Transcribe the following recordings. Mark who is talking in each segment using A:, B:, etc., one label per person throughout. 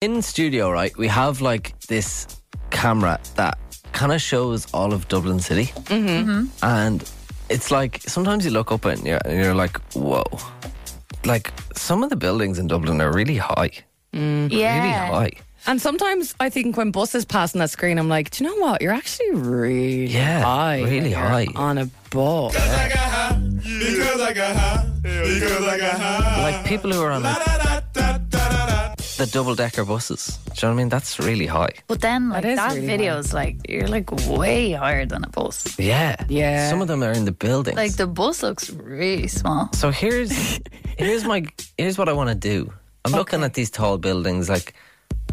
A: In studio, right, we have like this camera that kind of shows all of Dublin City. Mm-hmm. And it's like sometimes you look up and you're, and you're like, whoa. Like some of the buildings in Dublin are really high. Really
B: Yeah.
A: high.
C: And sometimes I think when buses pass on that screen, I'm like, do you know what? You're actually really
A: Yeah,
C: high. when
A: really
C: you're
A: high.
C: On a bus.
D: I got high. Because I got high. Because I got high.
A: Like people who are on like,
D: Da, da, da, da, da, da.
A: the double decker buses. Do you know what I mean? That's really high.
B: But then like
C: is
B: that,
C: really
B: video is like you're like way higher than a bus.
A: Yeah.
C: Yeah.
A: Some of them are in the buildings.
B: Like the bus looks really small.
A: So here's here's my here's what I want to do. I'm looking at these tall buildings, like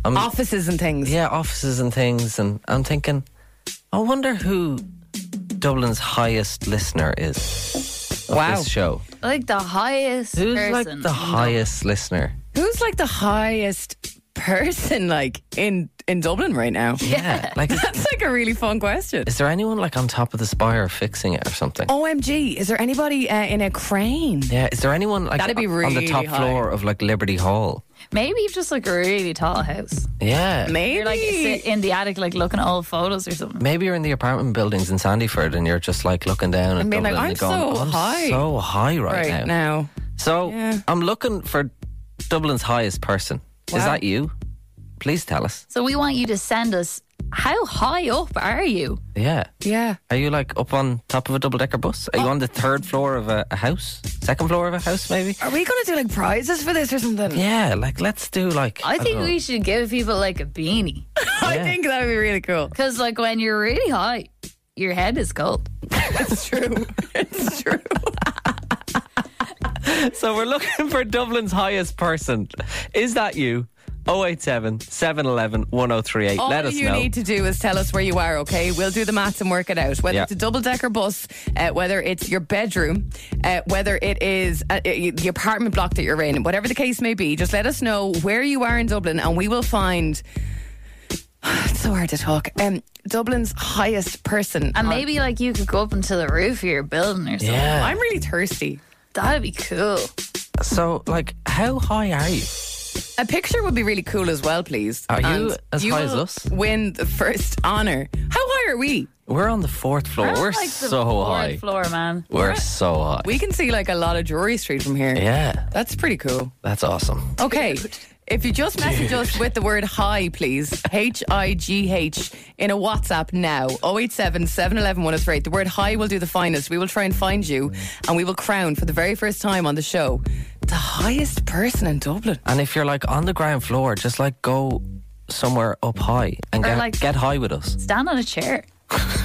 A: I'm
C: Offices and things.
A: yeah, offices and things, and I'm thinking, I wonder who Dublin's highest listener is. Of
C: Wow.
A: this show
B: Like the highest
A: who's
B: person.
A: like the highest listener?
C: Who's like the highest person like in in Dublin right now?
A: Yeah, like is,
C: That's like a really fun question.
A: is there anyone like on top of the spire fixing it or something?
C: OMG, is there anybody uh, in a crane?
A: Yeah, is there anyone like
C: That'd be
A: on the
C: really
A: top
C: high.
A: floor of like Liberty Hall?
B: Maybe you've just like a really tall house.
A: Yeah,
C: Maybe.
B: You're like sit in the attic, like looking at old photos or something.
A: Maybe you're in the apartments buildings in Sandyford and you're just like looking down and
C: mean, like,
A: Dublin and going,
C: I'm
A: "Oh,
C: so
A: I'm
C: high
A: so high right,
C: right
A: now.
C: now.
A: So
C: Yeah.
A: I'm looking for Dublin's highest person. Is
C: Wow.
A: that you? Please tell us.
B: So we want you to send us how high up are you?
A: Yeah.
C: Yeah.
A: Are you like up on top of a double decker bus?
C: Oh.
A: Are you on the third floor of a, a house? Second floor of a house, maybe?
C: Are we going to do like prizes for this or something?
A: Yeah, like let's do like.
B: I think
A: don't know.
B: we should give people like a beanie.
C: I
A: Yeah.
C: think that would be really cool.
B: Because like when you're really high, your head is cold.
C: It's true. it's true.
A: So we're looking for Dublin's highest person. Is that you? 087 711 1038.
C: All
A: Let us
C: you
A: know.
C: need to do is tell us where you are, okay? We'll do the maths and work it out. Whether
A: Yeah.
C: it's a double decker bus, uh, whether it's your bedroom, uh, whether it is uh, uh, the apartment block that you're in, whatever the case may be, just let us know where you are in Dublin and we will find. it's so hard to talk. Um, Dublin's highest person.
B: And maybe like you could go up into the roof of your building or something.
A: yeah.
C: Uh, I'm really thirsty.
B: That'd be cool.
A: So, like, how high are you?
C: A picture would be really cool as well, please.
A: Are you
C: And
A: as
C: you
A: high as
C: will
A: us?
C: Win the first honor. How high are we?
A: We're on the fourth floor. We're,
B: We're on, like, the
A: so
B: fourth
A: high.
B: Floor, man.
A: We're so high.
C: We can see like a lot of Drury Street from here.
A: yeah,
C: That's pretty cool.
A: that's awesome.
C: Okay. If you just message us with the word hi, please, H I G H, in a WhatsApp now, 087 711 103. The word hi will do the finest. We will try and find you and we will crown for the very first time on the show the highest person in Dublin.
A: And if you're like on the ground floor, just like go somewhere up high and
B: Or,
A: get,
B: like-
A: get high with us.
B: Stand on a chair.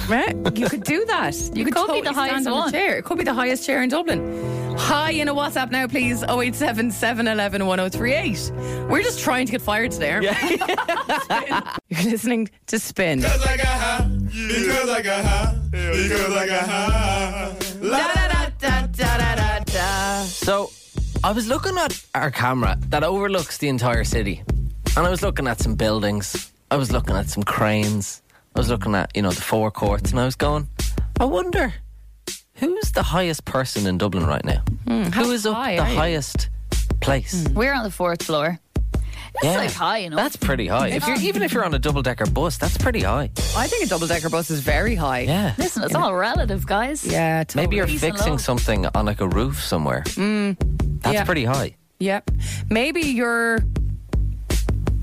C: Right? You could do that. You,
B: could
C: could
B: be
C: totally
B: the highest
C: stand on
B: one.
C: a chair. It could be the highest chair in Dublin. Hi in a WhatsApp now, please, 087 711 1038. We're just trying to get fired today, aren't we? You're listening to Spin.
D: Because I got high. Because I got high. Because I got high. La, da, da.
A: So I was looking at our camera that overlooks the entire city. And I was looking at some buildings. I was looking at some cranes. I was looking at, you know, the forecourts. And I was going, I wonder who's the highest person in Dublin right now?
B: Hmm,
A: Who is up
C: high
A: the
C: are you?
A: highest place?
B: We're on the fourth floor. It's
A: Yeah.
B: like high enough.
A: That's pretty high. If you're even if you're on a double decker bus, that's pretty high.
C: I think a double decker bus is very high.
A: Yeah.
B: Listen, it's all relative, guys.
C: Yeah, totally.
A: Maybe you're
B: Easy and
A: fixing
B: low.
A: something on like a roof somewhere. That's
C: Mm, yeah.
A: pretty high.
C: Yep. Maybe you're.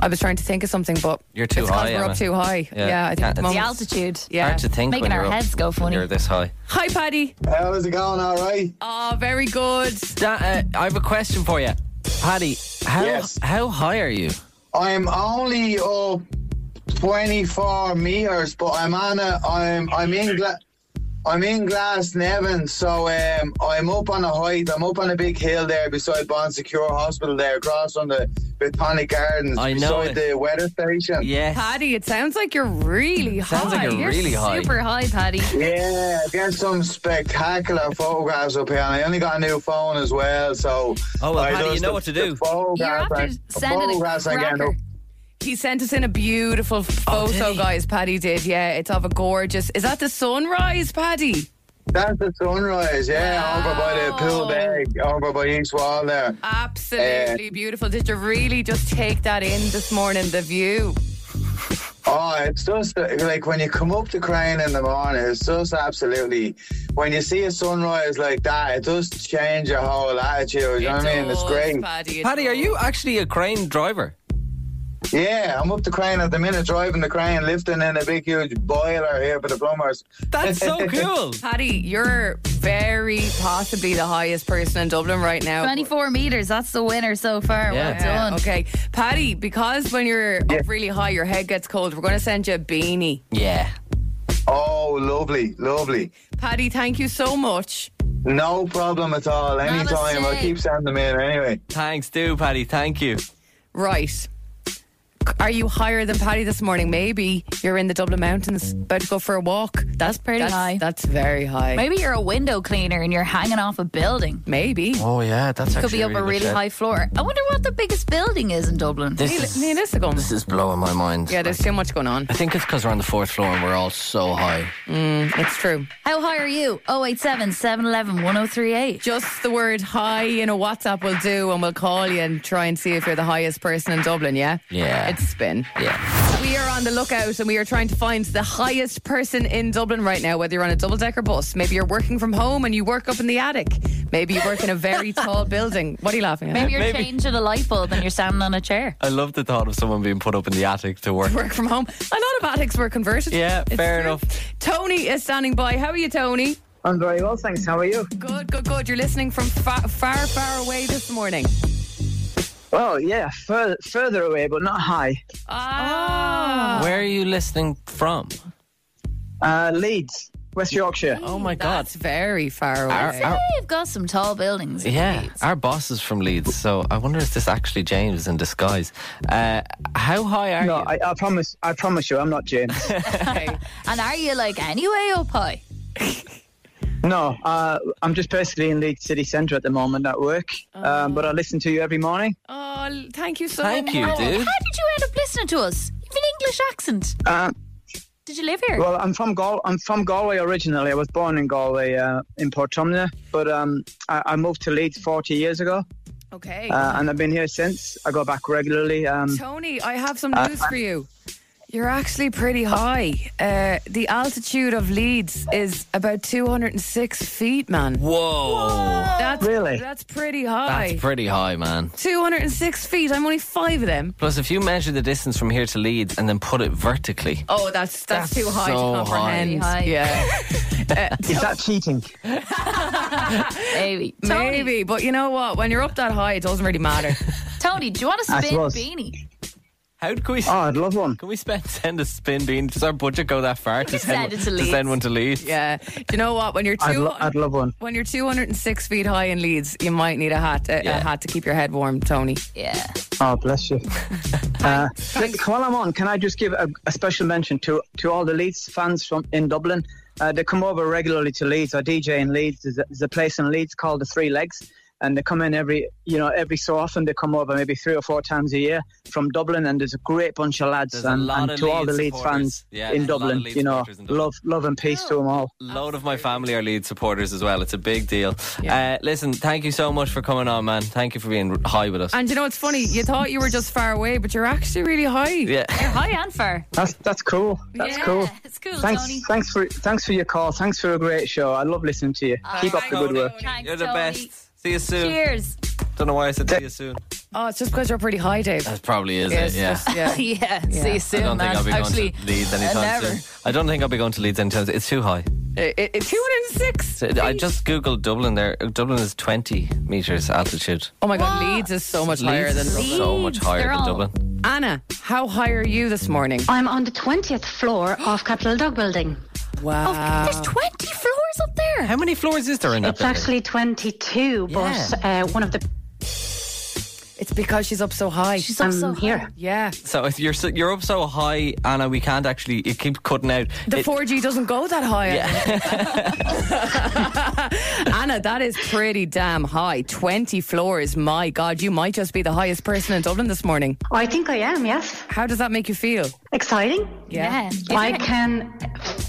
C: I was trying to think of something, but
A: You're too
C: it's 'cause
A: high,
C: We're
A: Emma.
C: up too high.
A: Yeah.
C: Yeah, I think
A: Yeah,
C: at the
A: it's-
B: The
C: moment-
B: altitude.
C: Yeah.
A: Hard to think
B: Making
A: when
B: our
A: you're up-
B: heads go
A: when
B: funny.
A: You're this high.
C: Hi, Paddy.
E: How's it going? All right.
C: Oh, very good.
A: Da- uh, I have a question for you, Paddy. How
E: Yes.
A: how high are you?
E: I'm only up 24 meters, but I'm on a. I'm I'm in Gla- I'm in Glasnevin, so um, I'm up on a height. I'm up on a big hill there beside Bon Secure Hospital, there across from the Botanic Gardens,
A: I know
E: beside
A: it.
E: the weather station.
A: Yes.
C: Paddy, it sounds like you're really high.
A: Sounds like you're
B: You're
A: really high.
B: super high, Paddy.
E: Yeah, there's some spectacular photographs up here, and I only got a new phone as well, so.
A: Oh, well,
E: I
A: Paddy, you
E: just-
A: know what to
E: the
A: do.
B: You're
E: Photographs,
B: after
E: I-
B: sending a
E: photographs I get
B: cracker.
E: up
C: He sent us in a beautiful photo,
A: Oh, did he?
C: guys. Paddy did. Yeah, it's of a gorgeous. Is that the sunrise, Paddy?
E: That's the sunrise, yeah, over by the pool bag, over by East Wall there.
C: Absolutely beautiful. Did you really just take that in this morning? The view.
E: Oh, it's just uh, like when you come up to Crane in the morning, it's just absolutely. When you see a sunrise like that, it does change your whole attitude. You know what I mean? It's
C: does,
E: great.
C: Paddy, it
A: Paddy, are
C: does.
A: you actually a crane driver?
E: Yeah, I'm up to Crane at the minute, driving the crane, lifting in a big, huge boiler here for the plumbers.
A: That's so cool.
C: Paddy, you're very possibly the highest person in Dublin right now.
B: 24 metres, that's the winner so far.
A: Oh. Yeah.
B: Well
C: Yeah,
B: done.
C: okay, Paddy. Because when you're
E: Yeah.
C: up really high, your head gets cold. We're going to send you a beanie.
A: Yeah.
E: Oh, lovely, lovely.
C: Paddy, thank you so much.
E: No problem at all. Anytime. I'll
B: Namaste.
E: keep sending them in anyway.
A: Thanks, do Paddy. Thank you.
C: Right. Are you higher than Paddy this morning? Maybe you're in the Dublin Mountains, about to go for a walk.
B: That's pretty
C: That's,
B: high.
C: that's very high.
B: Maybe you're a window cleaner and you're hanging off a building.
C: Maybe.
A: Oh yeah, that's
B: Could be up a really high floor. I wonder what the biggest building is in Dublin.
A: This
C: Neil-
A: is,
C: Neil, this is going-
A: this is blowing my mind.
C: Yeah, there's too much going on.
A: I think it's because we're on the fourth floor and we're all so high.
C: It's true.
B: How high are you? 087 711 1038.
C: Just the word hi in a WhatsApp will do, and we'll call you and try and see if you're the highest person in Dublin, yeah?
A: Yeah.
C: It's spin.
A: Yeah.
C: We are on the lookout and we are trying to find the highest person in Dublin right now, whether you're on a double decker bus. Maybe you're working from home and you work up in the attic. Maybe you work in a very tall building. What are you laughing at?
B: Maybe you're
A: Maybe.
B: changing a light bulb and you're standing on a chair.
A: I love the thought of someone being put up in the attic to work.
C: work from home. A lot of attics were converted.
A: Yeah, fair enough.
C: Tony is standing by. How are you, Tony?
F: I'm very well, thanks. How are you?
C: Good, good, good. You're listening from far, far, far away this morning.
F: Well, yeah, fur- further away, but not high.
C: Ah.
A: Where are you listening from?
F: Uh, Leeds, West Yorkshire.
A: Oh my
C: That's very far
A: Our,
C: away.
A: our,
B: They've got some tall buildings. in
A: yeah,
B: Leeds.
A: our boss is from Leeds, so I wonder if this actually James in disguise. Uh, how high are
F: No,
A: you?
F: I, I promise. I promise you, I'm not James.
C: Okay.
B: And are you like anyway up high?
F: no, uh, I'm just basically in Leeds City Centre at the moment at work. Um,
A: Oh.
F: but I listen to you every morning.
C: Oh, l- thank you so
A: Thank
C: much.
A: you,
B: How
A: dude.
B: did you end up listening to us? You have an English accent.
F: Uh,
B: Did you live here?
F: well, I'm from Gal. I'm from Galway originally. I was born in Galway, uh, in Portumna, but um, I-, I moved to Leeds 40 years ago,
C: Okay.
F: uh, and I've been here since. I go back regularly. Um,
C: Tony, I have some news for you. You're actually pretty high. Uh, the altitude of Leeds is about 206 feet, man.
A: Whoa.
C: That's
F: Really?
C: That's pretty high.
A: That's pretty high, man.
C: 206 feet. I'm only five of them.
A: Plus, if you measure the distance from here to Leeds and then put it vertically,
C: Oh, that's that's,
A: That's
C: too high
A: so
C: to comprehend.
B: high. Pretty
C: Yeah,
F: is that cheating?
B: Maybe. Tony,
C: maybe. But you know what? When you're up that high, it doesn't really matter.
B: Tony, do you want a
F: I
B: spin
F: suppose.
B: beanie?
A: how can we?
F: Oh, I'd love one.
A: Can we spend, send a spin bean? Does our budget go that far to
B: send it to Leeds.
A: send one to Leeds?
C: yeah. Do you know what? When you're
F: I'd,
C: two,
F: lo- I'd love one.
C: when you're 206 feet high in Leeds, you might need a hat. A,
A: Yeah.
C: a hat to keep your head warm, Tony.
B: Yeah.
F: Oh, bless you. uh, like, while I'm on, can I just give a, a special mention to, to all the Leeds fans from in Dublin? Uh, they come over regularly to Leeds. I DJ in Leeds. There's a, there's a place in Leeds called the Three Legs, and they come in every you know every so often. They come over maybe three or four times a year from Dublin, and there's a great bunch of lads
A: There's a
F: and,
A: lot
F: and
A: of
F: to all the
A: Leeds
F: Leeds
A: supporters.
F: fans
A: Yeah,
F: in
A: there's a lot of
F: Dublin.
A: Leeds
F: You know,
A: supporters in Dublin.
F: love love and peace to them all.
A: load of my family are Leeds supporters as well. It's a big deal. Uh, listen, thank you so much for coming on, man. Thank you for being r- high with us.
C: And you know, it's funny. You thought you were just far away, but you're actually really high.
A: yeah.
B: You're high and far.
F: That's that's cool. That's
B: yeah,
F: cool.
B: It's cool,
F: Thanks,
B: Tony.
F: thanks for thanks for your call. Thanks for a great show. I love listening to you. Keep up the good work.
B: Thanks,
A: You're the
B: Tony.
A: best. See you soon.
B: Cheers.
A: Don't know why I said see you soon.
C: Oh, it's just because you're pretty high, Dave.
A: That probably is it.
C: Yes,
A: Uh, Yeah.
C: just- yeah.
B: Yeah, see you soon,
A: I don't
B: man.
A: think I'll be
B: Actually,
A: going to Leeds anytime
B: never.
A: soon. I don't think I'll be going to Leeds anytime soon. It's too high.
C: It- it- it's 206.
A: So I just googled Dublin. There, Dublin is twenty meters altitude.
C: Oh my God, Leeds is so much higher than
A: Leeds is
C: Dublin.
A: so much
B: Leeds,
A: higher
B: they're
A: than
B: all-
A: Dublin.
C: Anna, how high are you this morning?
A: Oh,
G: I'm on the 20th floor of Capital Dog Building.
C: Wow.
F: Uh,
B: There's 20 floors up there.
A: How many floors is there in
G: It's
A: that? building?
G: actually 22, but uh, one of the.
C: It's because she's up so high.
B: She's up
G: I'm
B: so high.
G: um, here.
C: yeah.
A: So if you're so, you're up so high, Anna, we can't actually. It keeps cutting out.
C: The
A: It-
C: 4G doesn't go that high. I think. Anna, that is pretty damn high. 20 floors. My God, you might just be the highest person in Dublin this morning.
G: I Oh, think I am, yes.
C: How does that make you feel?
G: Exciting.
B: Yeah.
G: I can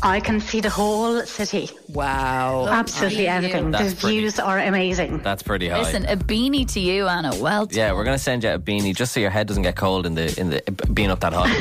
G: I can see the whole city.
C: Oh, Wow.
G: Absolutely
B: yeah.
G: everything. The
A: That's pretty.
G: views are amazing.
A: That's pretty high.
B: Listen, a beanie to you, Anna. Well done.
A: yeah, we're gonna send you a beanie just so your head doesn't get cold in the in the being up that high.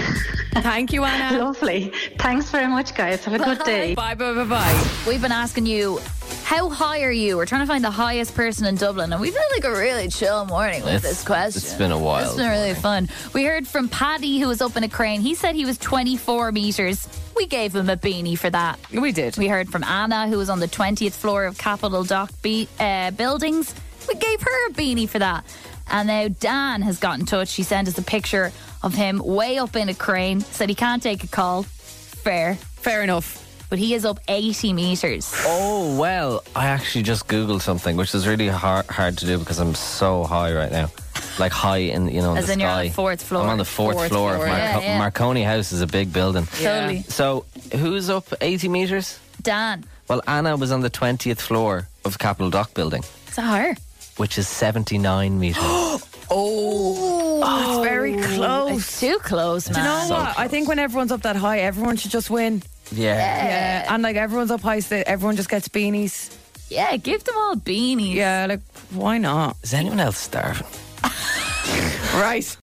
C: Thank you, Anna.
G: Lovely. Thanks very much, guys. Have a good day.
C: Bye, bye, bye, bye.
B: We've been asking you, how high are you? We're trying to find the highest person in Dublin, and we've had like a really chill morning with
A: It's-
B: this question.
A: it's been a while.
B: It's been really fun. We heard from Paddy, who was up in a crane. He said he was 24 meters. We gave him a beanie for that.
C: We did.
B: We heard from Anna, who was on the 20th floor of Capitol Dock be- uh, buildings. We gave her a beanie for that. And now Dan has got in touch. He sent us a picture of him way up in a crane, said he can't take a call. Fair.
C: Fair enough.
B: But he is up 80 metres.
A: Oh well, I actually just googled something, which is really hard, hard to do because I'm so high right now, like high in you know in
B: As
A: the
B: in
A: sky.
B: you're on the fourth floor.
A: I'm on the fourth,
C: Fourth
A: floor,
C: floor,
A: of Marco-
B: yeah, yeah.
A: Marconi House is a big building.
C: Yeah.
B: Totally.
A: So who's up 80 meters?
B: Dan.
A: Well, Anna was on the 20th floor of Capitol Dock building,
B: Is that her?
A: which is 79 meters.
C: Oh, it's very close.
B: It's too close,
C: Do you know
B: man.
A: So
C: what? I think when everyone's up that high, everyone should just win.
A: yeah.
C: Yeah. And like everyone's up high, so everyone just gets beanies.
B: Yeah, give them all beanies.
C: Yeah, like why not?
A: Is anyone else starving?
C: Right.